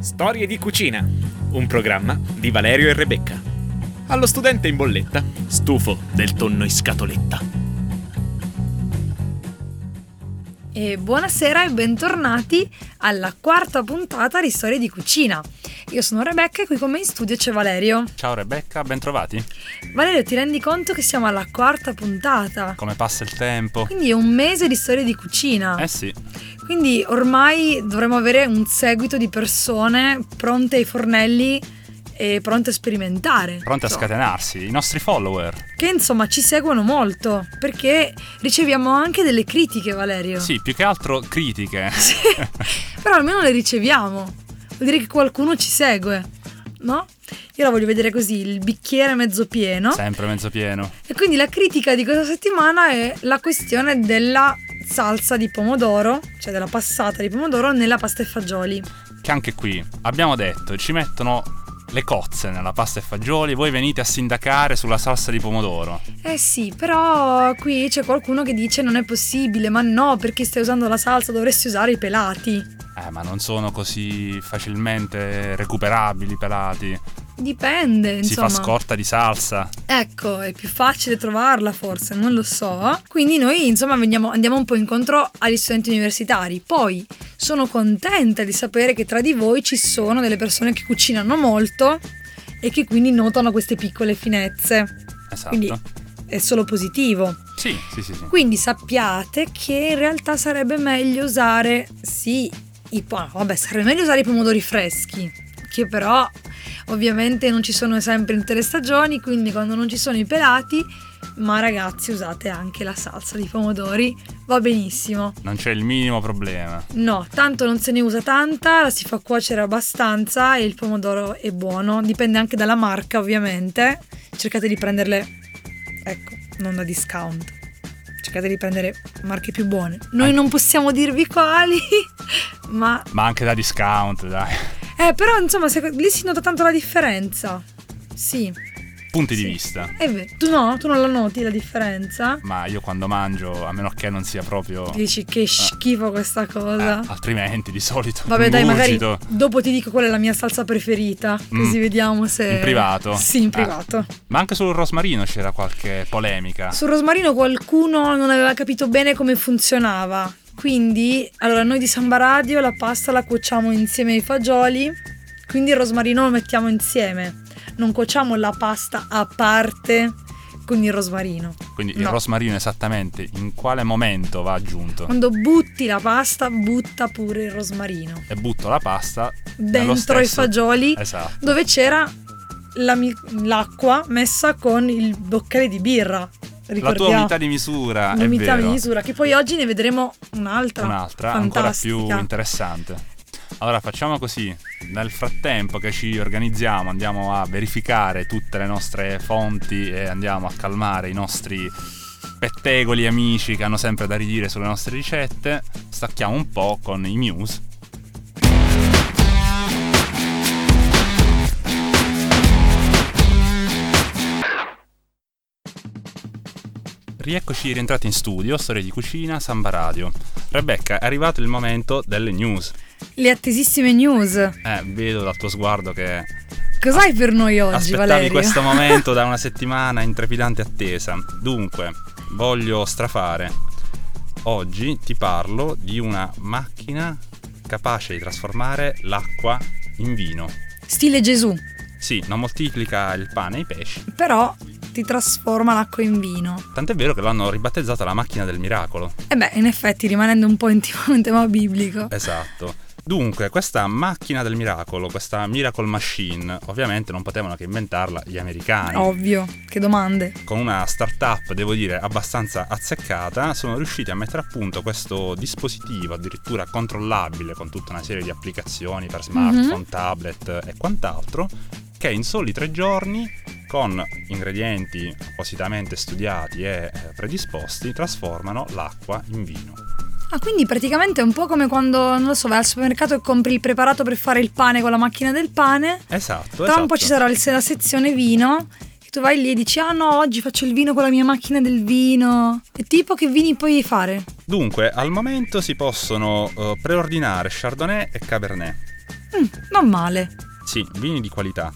Storie di cucina, un programma di Valerio e Rebecca. Allo studente in bolletta, stufo del tonno in scatoletta. E buonasera e bentornati alla quarta puntata di Storie di Cucina. Io sono Rebecca e qui con me in studio c'è Valerio. Ciao Rebecca, bentrovati. Eh Valerio, ti rendi conto che siamo alla quarta puntata? Come passa il tempo? Quindi è un mese di storie di cucina. Eh sì, Quindi ormai dovremmo avere un seguito di persone pronte ai fornelli e pronte a sperimentare. pronti a So, scatenarsi. I nostri follower. Che insomma ci seguono molto perché riceviamo anche delle critiche, Valerio. Sì, più che altro critiche. Sì. Però almeno le riceviamo. Vuol dire che qualcuno ci segue, no? Io la voglio vedere così, il bicchiere mezzo pieno. Sempre mezzo pieno. E quindi la critica di questa settimana è la questione della salsa di pomodoro, cioè della passata di pomodoro nella pasta e fagioli. Che anche qui, abbiamo detto, ci mettono le cozze nella pasta e fagioli. Voi venite a sindacare sulla salsa di pomodoro. Eh sì, però qui c'è qualcuno che dice non è possibile, ma no, perché stai usando la salsa, dovresti usare i pelati. Eh, ma non sono così facilmente recuperabili i pelati. Dipende, Si fa insomma. scorta di salsa. Ecco, è più facile trovarla forse, non lo so. Quindi noi insomma veniamo- andiamo un po' incontro agli studenti universitari. Poi sono contenta di sapere che tra di voi ci sono delle persone che cucinano molto e che quindi notano queste piccole finezze. Esatto. Quindi- È solo positivo. Sì, sì, sì, sì. Quindi sappiate che in realtà sarebbe meglio usare, sì, i, po- ah, vabbè, sarebbe meglio usare i pomodori freschi, che però ovviamente non ci sono sempre in tutte le stagioni, quindi quando non ci sono i pelati, ma ragazzi usate anche la salsa di pomodori, va benissimo. Non c'è il minimo problema. No, tanto non se ne usa tanta, la si fa cuocere abbastanza e il pomodoro è buono, dipende anche dalla marca ovviamente, cercate di prenderle, ecco, non da discount, cercate di prendere marche più buone. Noi Anche- non possiamo dirvi quali, ma... Ma anche da discount, dai. Eh, però insomma, seco- lì si nota tanto la differenza. Sì, Punti Sì. di vista. è vero. Tu no, tu non la noti la differenza? Ma io quando mangio, a meno che non sia proprio. Dici che schifo questa cosa. Eh, altrimenti di solito. Vabbè, dai, magari mugito. dopo ti dico qual è la mia salsa preferita. Così Mm. vediamo se. In privato? Sì, in Ah. privato. Ma anche sul rosmarino c'era qualche polemica. Sul rosmarino qualcuno non aveva capito bene come funzionava. Quindi, allora, noi di Samba Radio la pasta la cuociamo insieme ai fagioli. Quindi il rosmarino lo mettiamo insieme. Non cuociamo la pasta a parte con il rosmarino. Quindi il no. rosmarino esattamente in quale momento va aggiunto? Quando butti la pasta, butta pure il rosmarino. E butto la pasta nello Dentro i stesso- fagioli Esatto. dove c'era la mi- l'acqua messa con il boccale di birra. La tua Ricordiamo. unità di misura è L'unità di vero. misura, che poi oggi ne vedremo un'altra. Un'altra fantastica. ancora più interessante. Allora facciamo così, nel frattempo che ci organizziamo andiamo a verificare tutte le nostre fonti e andiamo a calmare i nostri pettegoli amici che hanno sempre da ridire sulle nostre ricette, stacchiamo un po' con i news. Rieccoci rientrati in studio, Storie di Cucina, Samba Radio. Rebecca, è arrivato il momento delle news. Le attesissime news. Eh, vedo dal tuo sguardo che Cos'hai per noi oggi, Aspettavi Valerio? questo momento da una settimana in trepidante attesa. Dunque, voglio strafare. Oggi ti parlo di una macchina capace di trasformare l'acqua in vino. Stile Gesù, Sì, non moltiplica il pane e i pesci. però ti trasforma l'acqua in vino. Tant'è vero che l'hanno ribattezzata la macchina del miracolo. E beh, in effetti, rimanendo un po' intimamente tema biblico. Esatto. Dunque, questa macchina del miracolo, questa Miracle Machine, ovviamente non potevano che inventarla gli americani. Ovvio, che domande. con una startup, devo dire, abbastanza azzeccata, sono riusciti a mettere a punto questo dispositivo addirittura controllabile con tutta una serie di applicazioni Mhm. per smartphone, tablet e quant'altro, che in soli tre giorni, con ingredienti appositamente studiati e eh, predisposti, trasformano l'acqua in vino. Ah, quindi praticamente è un po' come quando, non lo so, vai al supermercato e compri il preparato per fare il pane con la macchina del pane. Esatto, Tra esatto. un po' ci sarà il- la sezione vino. che Tu vai lì e dici: Ah no, oggi faccio il vino con la mia macchina del vino. E tipo che vini puoi fare? Dunque, al momento si possono eh, preordinare Chardonnay e Cabernet. Mm, non male. Sì, vini di qualità.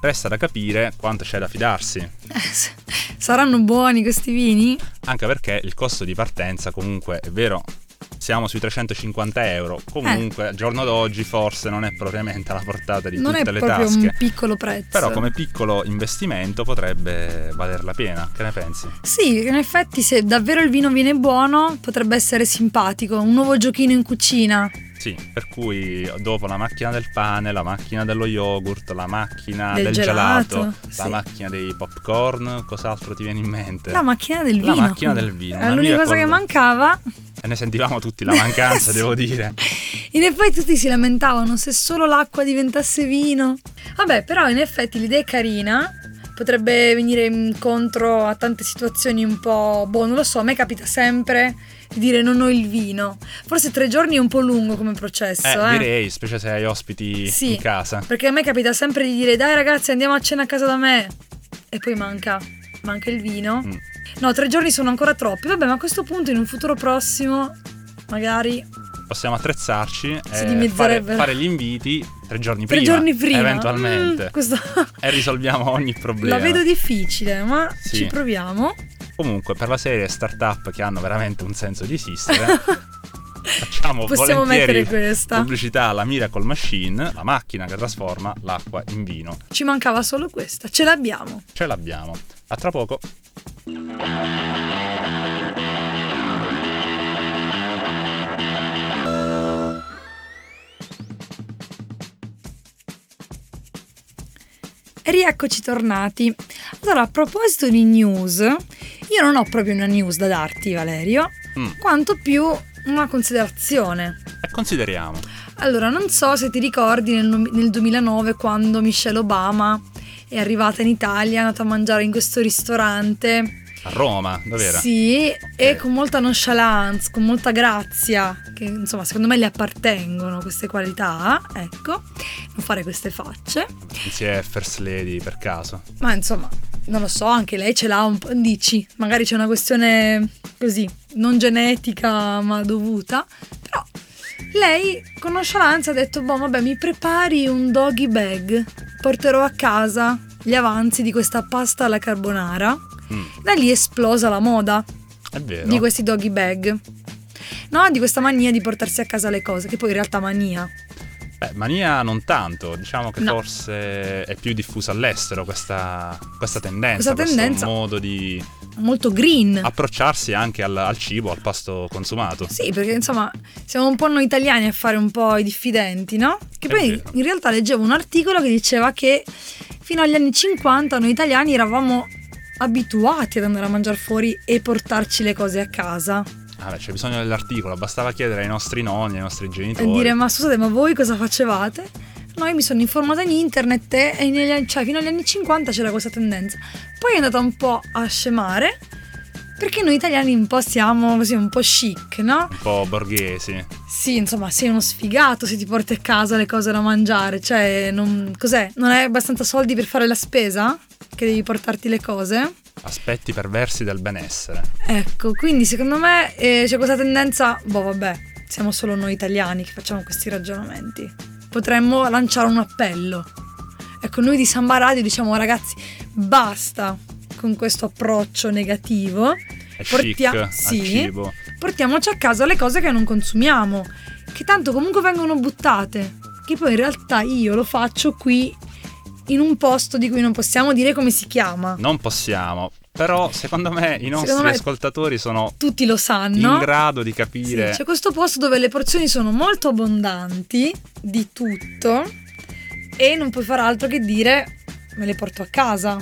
Resta da capire quanto c'è da fidarsi, Eh, s- Saranno buoni questi vini? anche perché il costo di partenza comunque è vero. Siamo sui 350 Eh. euro, comunque al giorno d'oggi forse non è propriamente alla portata di non è tutte le proprio tasche. un piccolo prezzo. Però come piccolo investimento potrebbe valer la pena, che ne pensi? Sì, in effetti se davvero il vino viene buono potrebbe essere simpatico, un nuovo giochino in cucina. Sì, per cui dopo la macchina del pane, la macchina dello yogurt, la macchina Del del, gelato, gelato, la sì. macchina dei popcorn, cos'altro ti viene in mente? La macchina del La vino. macchina del vino, È una l'unica via cosa che col- mancava. E ne sentivamo tutti la mancanza, devo dire. In effetti tutti si lamentavano se solo l'acqua diventasse vino. Vabbè, però in effetti l'idea è carina. Potrebbe venire incontro a tante situazioni un po'. Boh, non lo so, a me capita sempre di dire non ho il vino. Forse tre giorni è un po' lungo come processo, Eh, eh. direi, specie se hai ospiti Sì. in casa. Perché a me capita sempre di dire dai ragazzi andiamo a cena a casa da me e poi manca, manca il vino. Mm. No, tre giorni sono ancora troppi. Vabbè, ma a questo punto in un futuro prossimo magari Possiamo attrezzarci Si e fare, dimezzerebbero. fare gli inviti tre giorni tre prima. giorni prima. Eventualmente. Mm, questo E risolviamo ogni problema. la vedo difficile, ma Sì. ci proviamo. Comunque, per la serie startup che hanno veramente un senso di esistere, facciamo Possiamo mettere volentieri questa. pubblicità alla Miracle Machine, la macchina che trasforma l'acqua in vino. Ci mancava solo questa, ce l'abbiamo. Ce l'abbiamo. A tra poco. E rieccoci tornati. Allora, a proposito di news, io non ho proprio una news da darti, Valerio, Mm. quanto più una considerazione. E consideriamo. Allora, non so se ti ricordi nel, nel 2009 quando Michelle Obama è arrivata in Italia, è andata a mangiare in questo ristorante. A Roma, dov'era? Sì, e con molta nonchalance, con molta grazia, che insomma secondo me le appartengono queste qualità, ecco, non fare queste facce, Non si è First Lady per caso. ma insomma, non lo so, anche lei ce l'ha un po', dici, magari c'è una questione così, non genetica ma dovuta, però lei con nonchalance ha detto, boh vabbè mi prepari un doggy bag, porterò a casa gli avanzi di questa pasta alla carbonara, Mm, da lì è esplosa la moda è vero. di questi doggy bag. No, di questa mania di portarsi a casa le cose, che poi in realtà mania. Beh, mania non tanto, diciamo che No. forse è più diffusa all'estero questa, questa tendenza, Questa tendenza. Eh. questo modo di Molto green. approcciarsi anche al, al cibo, al pasto consumato. Sì, perché insomma siamo un po' noi italiani a fare un po' i diffidenti, no? Che È poi vero. in realtà leggevo un articolo che diceva che fino agli anni 50 noi italiani eravamo abituati ad andare a mangiare fuori e portarci le cose a casa. Ah, beh, c'è bisogno dell'articolo, bastava chiedere ai nostri nonni, ai nostri E genitori. dire, ma scusate, ma voi cosa facevate? Noi mi sono informata in internet e e negli anni- cioè, fino agli anni 50 c'era questa tendenza. Poi è andata un po' a scemare perché noi italiani un po' siamo così un po' chic, no? Un po' borghesi. Sì, insomma, sei uno sfigato se ti porti a casa le cose da mangiare, cioè non, cos'è? Non hai abbastanza soldi per fare la spesa? Che devi portarti le cose? Aspetti perversi del benessere. Ecco, quindi secondo me eh, c'è questa tendenza, boh vabbè, siamo solo noi italiani che facciamo questi ragionamenti. Potremmo lanciare un appello. Ecco, noi di Samba Radio diciamo ragazzi, basta con questo approccio negativo, È Portia- chic sì. al cibo. portiamoci a casa le cose che non consumiamo, che tanto comunque vengono buttate, che poi in realtà io lo faccio qui in un posto di cui non possiamo dire come si chiama. Non possiamo. Però, secondo me, i nostri me- ascoltatori sono Tutti lo sanno. in grado di Sì, capire. c'è questo posto dove le porzioni sono molto abbondanti di tutto e non puoi fare altro che dire me le porto a casa,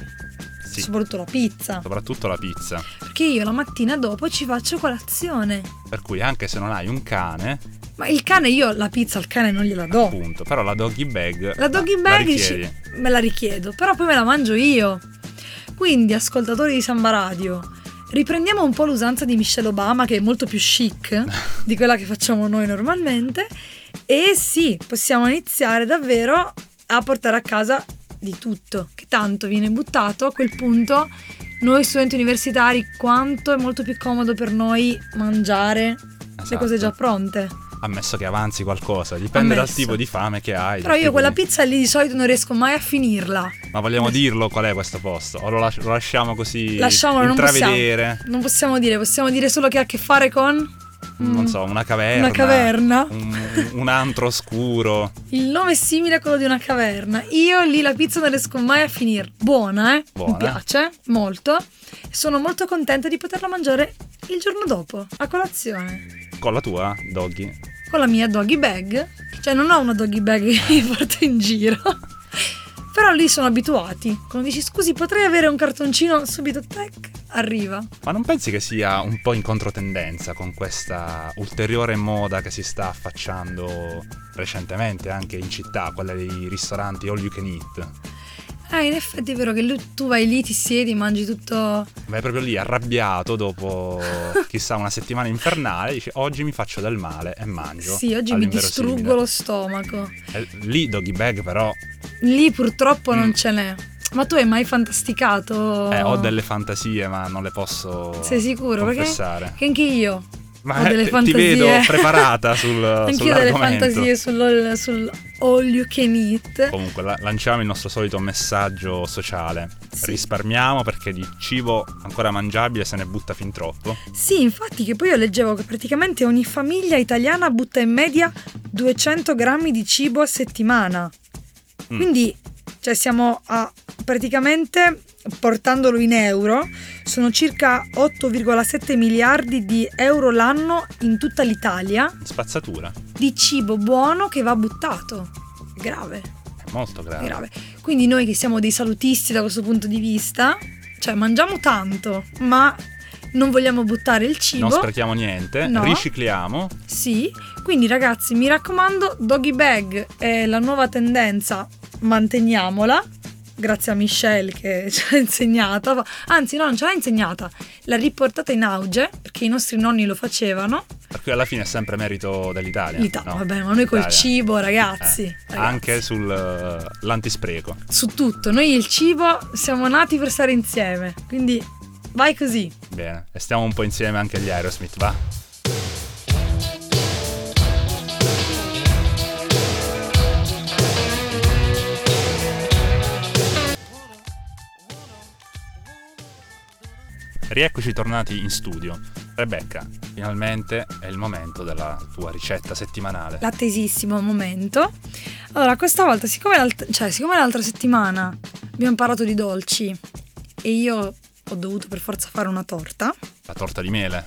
Sì, soprattutto la pizza, soprattutto la pizza. perché io la mattina dopo ci faccio colazione. Per cui, anche se non hai un cane, Ma il cane io la pizza al cane non gliela do. appunto. Però la doggy bag. La doggy la bag richiedi. dici, me la richiedo, però poi me la mangio io. Quindi, ascoltatori di Samba Radio, riprendiamo un po' l'usanza di Michelle Obama, che è molto più chic di quella che facciamo noi normalmente. E sì, possiamo iniziare davvero a portare a casa di tutto, che tanto viene buttato a quel punto. Noi studenti universitari, quanto è molto più comodo per noi mangiare le Esatto. cose già pronte. ammesso che avanzi qualcosa, dipende dal Ammesso. tipo di fame che hai. Però dal io tipo quella di- pizza lì di solito non riesco mai a finirla. Ma vogliamo dirlo qual è questo posto? O lo, las- lo lasciamo così Lasciamolo, non possiamo. intravedere? Non possiamo dire, possiamo dire solo che ha a che fare con Mm. Non so, una caverna. una caverna. Un, un antro oscuro. Il nome è simile a quello di una caverna. Io lì la pizza non riesco mai a finire. Buona, eh? Buona. Mi piace molto. Sono molto contenta di poterla mangiare il giorno dopo, a colazione. Con la tua, Doggy. Con la mia doggy bag. Cioè, non ho una doggy bag che mi porto in giro. Però lì sono abituati. Quando dici scusi, potrei avere un cartoncino subito, tac, arriva. Ma non pensi che sia un po' in controtendenza con questa ulteriore moda che si sta affacciando recentemente anche in città, quella dei ristoranti all you can eat? Ah, in effetti è vero che lui- tu vai lì, ti siedi, mangi tutto. Vai proprio lì arrabbiato dopo chissà una settimana infernale, dici oggi mi faccio del male e mangio. Sì, oggi mi all'inverosimile". distruggo lo stomaco. Eh, Lì doggy bag però Lì purtroppo Mm. non ce n'è. Ma tu hai mai fantasticato? eh, ho delle fantasie ma non le posso Oh. Sei sicuro? Perché- confessare. Che anche io. Ma ho delle eh, ti fantasie. vedo preparata sul, Anche io ho delle sull'argomento. fantasie sull'all, sull' all you can eat. Comunque la- lanciamo il nostro solito messaggio sociale. Sì. Risparmiamo perché di cibo ancora mangiabile se ne butta fin troppo. Sì, infatti, che poi io leggevo che praticamente ogni famiglia italiana butta in media 200 grammi di cibo a settimana. Mm. Quindi, cioè, siamo a praticamente portandolo in euro, sono circa 8,7 miliardi di euro l'anno in tutta l'Italia. Spazzatura. di cibo buono che va buttato. È grave, È molto è grave. grave. Quindi noi che siamo dei salutisti da questo punto di vista, cioè mangiamo tanto, ma non vogliamo buttare il cibo. Non sprechiamo niente, No. ricicliamo. Sì, quindi ragazzi, mi raccomando, doggy bag è la nuova tendenza, manteniamola. Grazie a Michelle che ce l'ha insegnata, anzi no, non ce l'ha insegnata, l'ha riportata in auge perché i nostri nonni lo facevano. Per cui alla fine è sempre merito dell'Italia. L'Italia, Eh, no? vabbè, ma noi col Italia. cibo, Eh, ragazzi, ragazzi. Anche eh, sull'antispreco. su tutto. Noi il cibo siamo nati per stare insieme, quindi vai così. Bene, e stiamo un po' insieme anche agli Aerosmith, va? Rieccoci tornati in studio. Rebecca, finalmente è il momento della tua ricetta settimanale. L'attesissimo momento. Allora, questa volta, siccome, l'alt- cioè, siccome l'altra settimana abbiamo parlato di dolci e io ho dovuto per forza fare una torta, La torta di mele.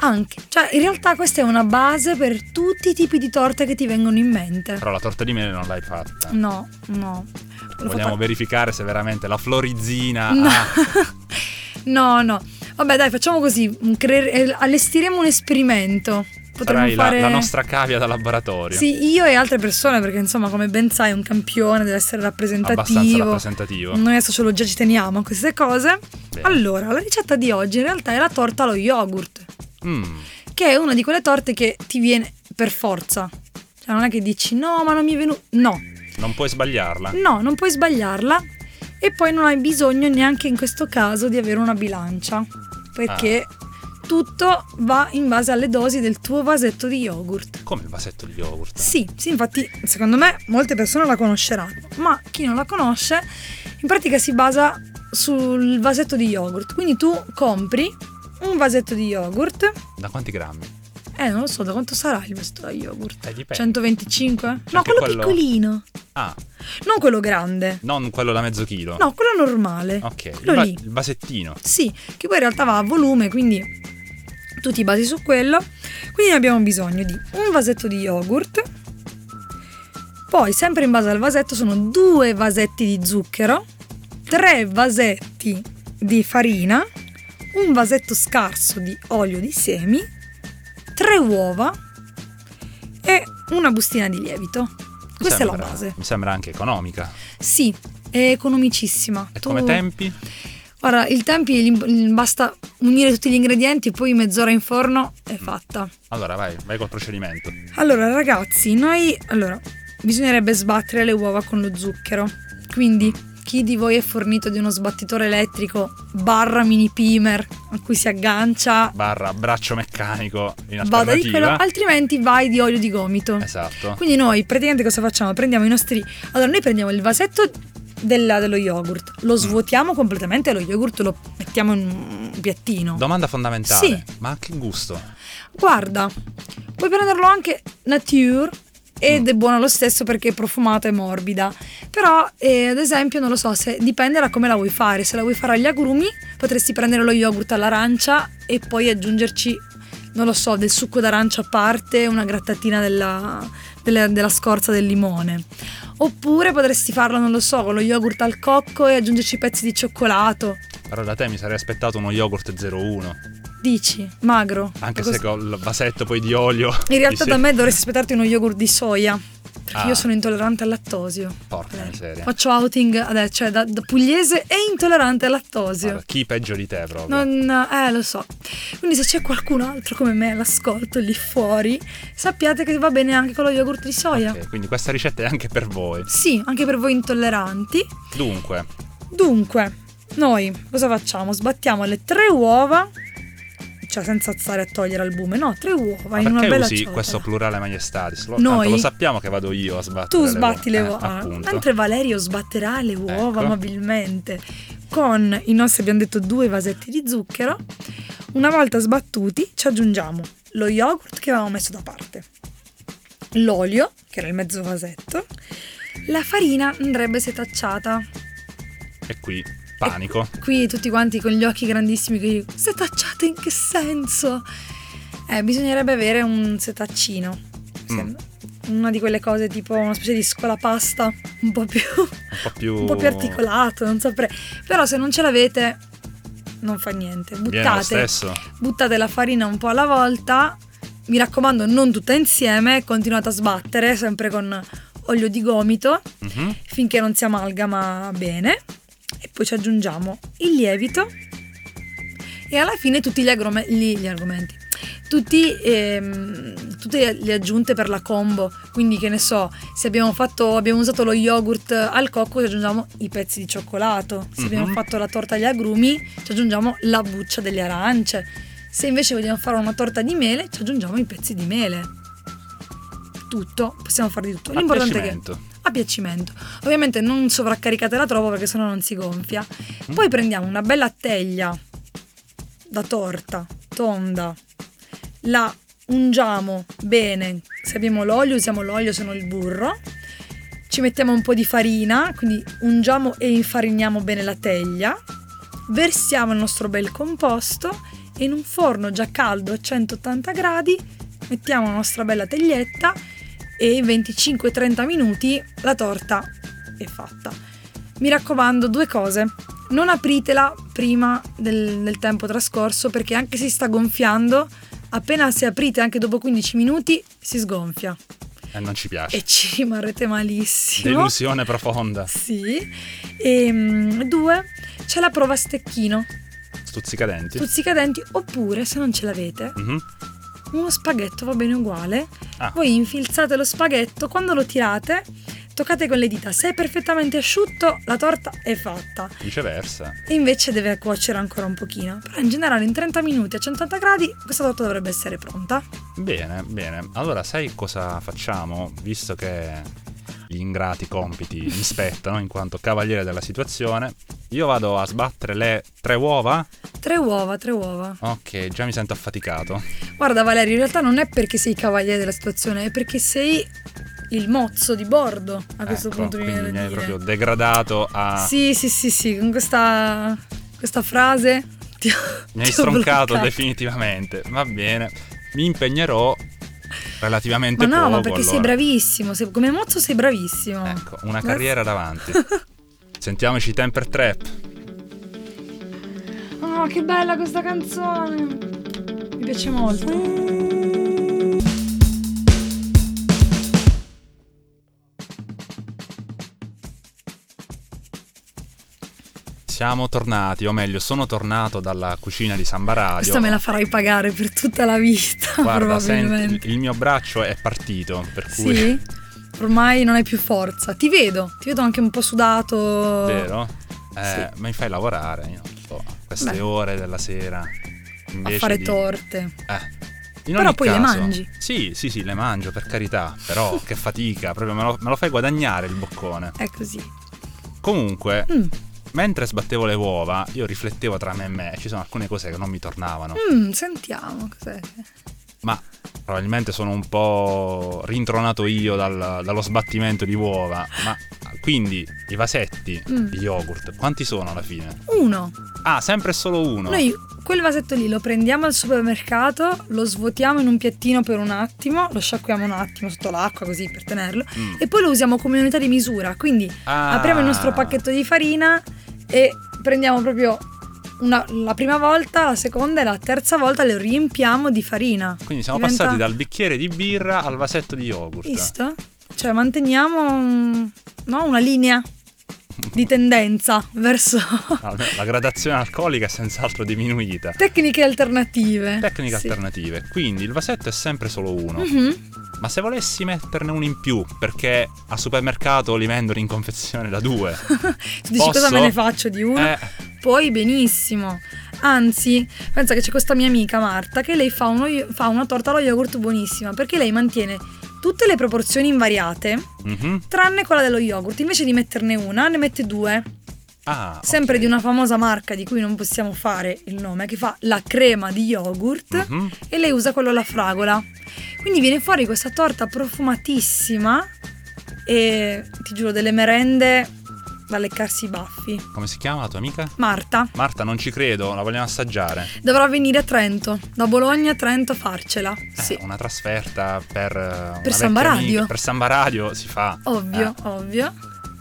anche, cioè in realtà questa è una base per tutti i tipi di torte che ti vengono in mente. Però la torta di mele non l'hai fatta. No, no. Lo fa Vogliamo par- verificare se veramente la florizzina No. ha no, no. Vabbè, dai, facciamo così. cre- eh, allestiremo un esperimento. Potremmo Sarai la- fare la, nostra cavia da laboratorio. Sì, io e altre persone, perché insomma, come ben sai, un campione deve essere Abbastanza rappresentativo. rappresentativo. Noi a sociologia ci teniamo a queste cose. Bene. Allora, la ricetta di oggi in realtà è la torta allo yogurt, Mm, che è una di quelle torte che ti viene per forza. Cioè, non è che dici no, ma non mi è venuto. No, non puoi sbagliarla. no, non puoi sbagliarla. E poi non hai bisogno neanche in questo caso di avere una bilancia, perché tutto va in base alle dosi del tuo vasetto di yogurt. Come il vasetto di yogurt. Sì, sì, infatti secondo me molte persone la conosceranno, ma chi non la conosce in pratica si basa sul vasetto di yogurt. Quindi tu compri un vasetto di yogurt, Da quanti grammi? eh non lo so da quanto sarà il vasetto da yogurt. Eh, dipende. 125? No, Anche quello, quello- piccolino, non Ah, quello grande. non quello da mezzo chilo. No, quello normale. Ok, il, quello va- lì. il vasettino. Sì, che poi in realtà va a volume, quindi tu ti basi su quello. Quindi abbiamo bisogno di un vasetto di yogurt. Poi, sempre in base al vasetto, sono due vasetti di zucchero, tre vasetti di farina, un vasetto scarso di olio di semi, tre uova e una bustina di lievito. Mi Questa è sembra- la base. Mi sembra anche economica. Sì, è economicissima. E Tu- come tempi? Guarda, il tempi gli- basta unire tutti gli ingredienti e poi mezz'ora in forno è fatta. Allora vai, vai col procedimento. Allora, ragazzi, noi allora bisognerebbe sbattere le uova con lo zucchero. Quindi chi di voi è fornito di uno sbattitore elettrico barra mini pimer a cui si aggancia, barra braccio meccanico in vada di quello, alternativa. altrimenti vai di olio di gomito. Esatto. Quindi noi praticamente cosa facciamo? Prendiamo i nostri... Allora noi prendiamo il vasetto della- dello yogurt, lo svuotiamo completamente, lo yogurt lo mettiamo in un piattino. Domanda fondamentale. Sì. Ma a che gusto? Guarda, puoi prenderlo anche nature Mm. ed è buona lo stesso perché è profumata e morbida. Però, eh, ad esempio, non lo so, se dipende da come la vuoi fare. Se la vuoi fare agli agrumi, potresti prendere lo yogurt all'arancia e poi aggiungerci, non lo so, del succo d'arancia a parte, una grattatina della, della- della scorza del limone. Oppure potresti farlo, non lo so, con lo yogurt al cocco e aggiungerci pezzi di cioccolato. Però da te mi sarei aspettato uno yogurt 01, Dici, magro. anche Cos- se col vasetto poi di olio. In realtà Sì, da me dovresti aspettarti uno yogurt di soia. Perché Ah. io sono intollerante al lattosio. Porca miseria. Faccio outing adesso, cioè da, da pugliese e intollerante al lattosio. Guarda, chi peggio di te proprio? Non, eh, lo so. Quindi se c'è qualcun altro come me all'ascolto lì fuori, sappiate che va bene anche con lo yogurt di soia. Ok, quindi questa ricetta è anche per voi. Sì, anche per voi intolleranti. Dunque, Dunque, noi cosa facciamo? Sbattiamo le tre uova, cioè senza stare a togliere albume, no, tre uova ma in una perché bella usi ciotola. questo plurale maestatis? Lo, Noi? tanto lo sappiamo che vado io a sbattere. Tu sbatti le ah, Eh, uova, appunto. mentre Valerio sbatterà le uova Ecco. amabilmente con i nostri, abbiamo detto, due vasetti di zucchero. Una volta sbattuti ci aggiungiamo lo yogurt che avevamo messo da parte, l'olio, che era il mezzo vasetto, la farina andrebbe setacciata. E qui panico. Qui tutti quanti con gli occhi grandissimi che setacciata in che senso? Eh, bisognerebbe avere un setaccino. Mm. Una di quelle cose tipo una specie di scolapasta, un po' più Un po' più, un po' più articolato, non saprei. Però se non ce l'avete, non fa niente. Viene lo Buttate, stesso. buttate la farina un po' alla volta. Mi raccomando, non tutta insieme. Continuate a sbattere sempre con olio di gomito Mhm. finché non si amalgama bene. E poi ci aggiungiamo il lievito. E alla fine tutti gli, agrome- gli- gli argomenti. Tutti, ehm, tutte le aggiunte per la combo. Quindi, che ne so, se abbiamo, fatto, abbiamo usato lo yogurt al cocco, ci aggiungiamo i pezzi di cioccolato. Se abbiamo Mhm. fatto la torta agli agrumi, ci aggiungiamo la buccia delle arance. Se invece vogliamo fare una torta di mele, ci aggiungiamo i pezzi di mele. Tutto, possiamo fare di tutto. A L'importante è che piacimento. a piacimento. Ovviamente non sovraccaricate la troppo perché sennò non si gonfia. Poi prendiamo una bella teglia da torta, tonda, la ungiamo bene, se abbiamo l'olio usiamo l'olio, se no il burro, ci mettiamo un po' di farina, quindi ungiamo e infariniamo bene la teglia, versiamo il nostro bel composto e in un forno già caldo a 180 gradi mettiamo la nostra bella teglietta e in 25-30 minuti la torta è fatta. Mi raccomando, due cose. Non apritela prima del, del tempo trascorso perché anche se sta gonfiando, appena se aprite anche dopo 15 minuti si sgonfia E Eh, non ci piace. e ci rimarrete malissimo. Delusione profonda. Sì. E mm, due, c'è la prova a stecchino, Stuzzicadenti. stuzzicadenti oppure se non ce l'avete, Mhm. uno spaghetto va bene uguale. Ah. Voi infilzate lo spaghetto, quando lo tirate, toccate con le dita. Se è perfettamente asciutto, la torta è fatta. Viceversa. E invece deve cuocere ancora un pochino. Però in generale in 30 minuti a 180 gradi questa torta dovrebbe essere pronta. Bene, bene. Allora, sai cosa facciamo? Visto che gli ingrati compiti mi spettano in quanto cavaliere della situazione, io vado a sbattere le tre uova. Tre uova, tre uova. Ok, già mi sento affaticato. Guarda Valerio, in realtà non è perché sei cavaliere della situazione, è perché sei il mozzo di bordo a questo Ecco, punto mi viene quindi da mi hai dire. proprio degradato a... Sì, sì, sì, sì, con questa, questa frase ti ho- mi hai ti ho stroncato bloccato. definitivamente. Va bene, mi impegnerò relativamente Ma no, poco. ma perché sei allora. bravissimo, sei- come mozzo sei bravissimo. Ecco, una carriera davanti. Sentiamoci Temper Trap. Oh, che bella questa canzone! Mi piace molto. Siamo tornati, o meglio, sono tornato dalla cucina di Samba Radio. Questa me la farai pagare per tutta la vita, Guarda, senti, probabilmente. il mio braccio è partito, per cui Sì? ormai non hai più forza. Ti vedo, ti vedo anche un po' sudato. Vero? Eh, Ma mi fai lavorare, io non so, a queste Beh. ore della sera. A invece fare di- torte. Eh. In Però ogni poi le caso- mangi. Sì, sì, sì, le mangio, per carità. Però che fatica, proprio me lo, me lo fai guadagnare il boccone. È così. Comunque, Mm, mentre sbattevo le uova, io riflettevo tra me e me. Ci sono alcune cose che non mi tornavano. mm, sentiamo cos'è. Ma probabilmente sono un po' rintronato io dal- dallo sbattimento di uova. Ma quindi i vasetti Mm. di yogurt, quanti sono alla fine? Uno. Ah, sempre e solo uno. Noi quel vasetto lì lo prendiamo al supermercato, lo svuotiamo in un piattino per un attimo, lo sciacquiamo un attimo sotto l'acqua così per tenerlo Mm. e poi lo usiamo come unità di misura. Quindi Ah. apriamo il nostro pacchetto di farina e prendiamo proprio una- la prima volta, la seconda e la terza volta le riempiamo di farina. Quindi siamo Diventa- passati dal bicchiere di birra al vasetto di yogurt. Visto? Cioè manteniamo un- no, una linea di tendenza verso Almeno Ah, La gradazione alcolica è senz'altro diminuita. tecniche alternative. Tecniche Eh, Sì. alternative. Quindi il vasetto è sempre solo uno. Mhm. Ma se volessi metterne uno in più, perché al supermercato li vendono in confezione da due. Tu dici cosa Posso? me ne faccio di uno? Eh, Poi benissimo. Anzi, pensa che c'è questa mia amica Marta che lei fa, uno yo- fa una torta allo yogurt buonissima perché lei mantiene tutte le proporzioni invariate mhm. tranne quella dello yogurt. Invece di metterne una, ne mette due. Ah, Sempre ok. di una famosa marca di cui non possiamo fare il nome, che fa la crema di yogurt Mhm. e lei usa quello alla fragola. Quindi viene fuori questa torta profumatissima e ti giuro delle merende da leccarsi i baffi. Come si chiama la tua amica? Marta, Marta, non ci credo, la vogliamo assaggiare. Dovrà venire a Trento, da Bologna a Trento a farcela. Eh, Sì, Una trasferta per... eh, una vecchia Samba Radio. Per Samba Radio si fa. ovvio, Eh. ovvio.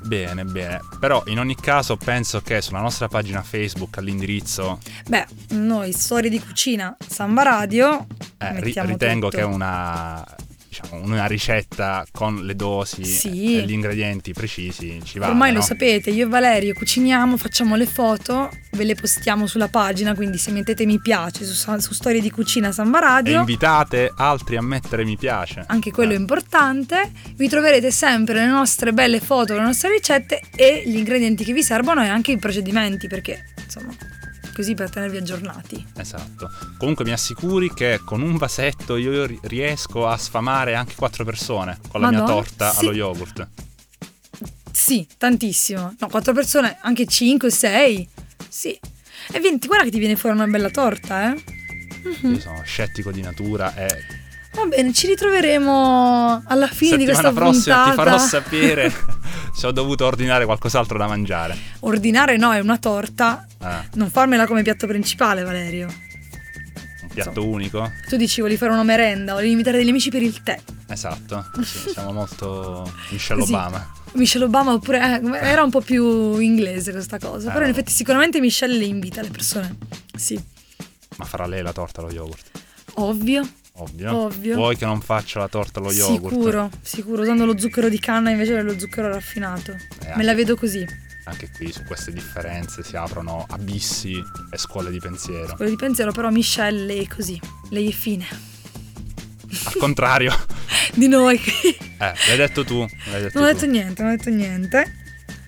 Bene, bene. Però in ogni caso penso che sulla nostra pagina Facebook all'indirizzo Beh, noi storie di cucina, Samba Radio. eh, ri- mettiamo ritengo tutto. che è una, diciamo, una ricetta con le dosi Sì. e gli ingredienti precisi ci va. Ormai no? lo sapete, io e Valerio cuciniamo, facciamo le foto, ve le postiamo sulla pagina, quindi se mettete mi piace su, Sa- su Storie di Cucina Samba E Radio, invitate altri a mettere mi piace. anche quello è Eh, importante, vi troverete sempre le nostre belle foto, le nostre ricette e gli ingredienti che vi servono e anche i procedimenti, perché insomma, così per tenervi aggiornati. Esatto. Comunque mi assicuri che con un vasetto io ri- riesco a sfamare anche quattro persone con la mia Madonna, torta sì. allo yogurt. Sì, tantissimo. No, quattro persone, anche 5, 6. Sì. E vieni, guarda che ti viene fuori una bella torta, eh. Mhm. Io sono scettico di natura e Va bene, ci ritroveremo alla fine di questa settimana prossima puntata. ti farò sapere se ho dovuto ordinare qualcos'altro da mangiare. Ordinare no, è una torta. Ah, Non farmela come piatto principale, Valerio. un piatto unico? Tu dici volevi fare una merenda, volevi invitare degli amici per il tè. Esatto. Sì, siamo molto Michelle Così. Obama. Michelle Obama oppure eh, come- era un po' più inglese questa cosa, però in Eh. effetti sicuramente Michelle le invita le persone. Sì, Ma farà lei la torta allo yogurt? ovvio. Ovvio. Ovvio. Vuoi che non faccio la torta allo yogurt? Sicuro, sicuro, usando lo zucchero di canna invece dello zucchero raffinato. Eh, Me la vedo così. Anche qui su queste differenze si aprono abissi e scuole di pensiero. Quello di pensiero però Michelle lei è così, lei è fine. Al contrario, Di noi. eh, l'hai detto tu. L'hai detto non ho tu. detto niente, non ho detto niente.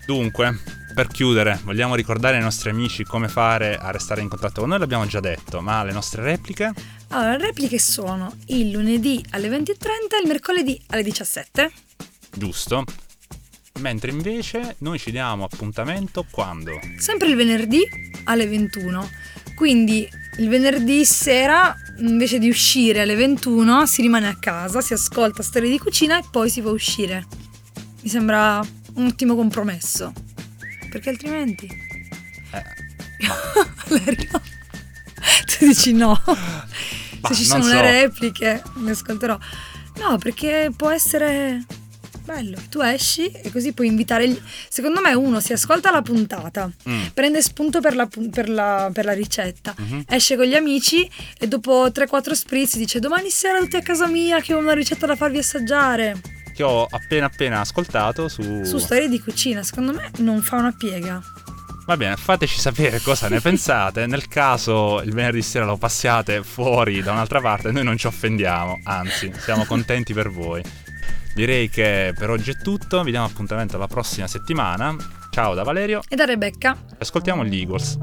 Dunque, per chiudere, vogliamo ricordare ai nostri amici come fare a restare in contatto con noi, l'abbiamo già detto, ma le nostre repliche? Allora, le repliche sono il lunedì alle 20.30 e il mercoledì alle 17. Giusto. Mentre invece noi ci diamo appuntamento quando? Sempre il venerdì alle 21. Quindi il venerdì sera invece di uscire alle 21 si rimane a casa, si ascolta storie di cucina e poi si va a uscire. Mi sembra un ottimo compromesso. Perché altrimenti... Eh. Valerio, tu dici no. Bah, Se ci non sono le so. repliche, le ascolterò. No, perché può essere bello. Tu esci e così puoi invitare... gli- Secondo me uno si ascolta la puntata, Mm. prende spunto per la, pu- per la- per la ricetta, Mhm. esce con gli amici e dopo 3-4 spritz dice domani sera tutti a casa mia che ho una ricetta da farvi assaggiare. Che ho appena appena ascoltato su... Su storie di cucina, secondo me non fa una piega. Va bene, fateci sapere cosa ne pensate. Nel caso il venerdì sera lo passiate fuori da un'altra parte, noi non ci offendiamo, anzi, siamo contenti per voi. Direi che per oggi è tutto, vi diamo appuntamento alla prossima settimana. Ciao da Valerio, E da Rebecca. ascoltiamo gli Eagles.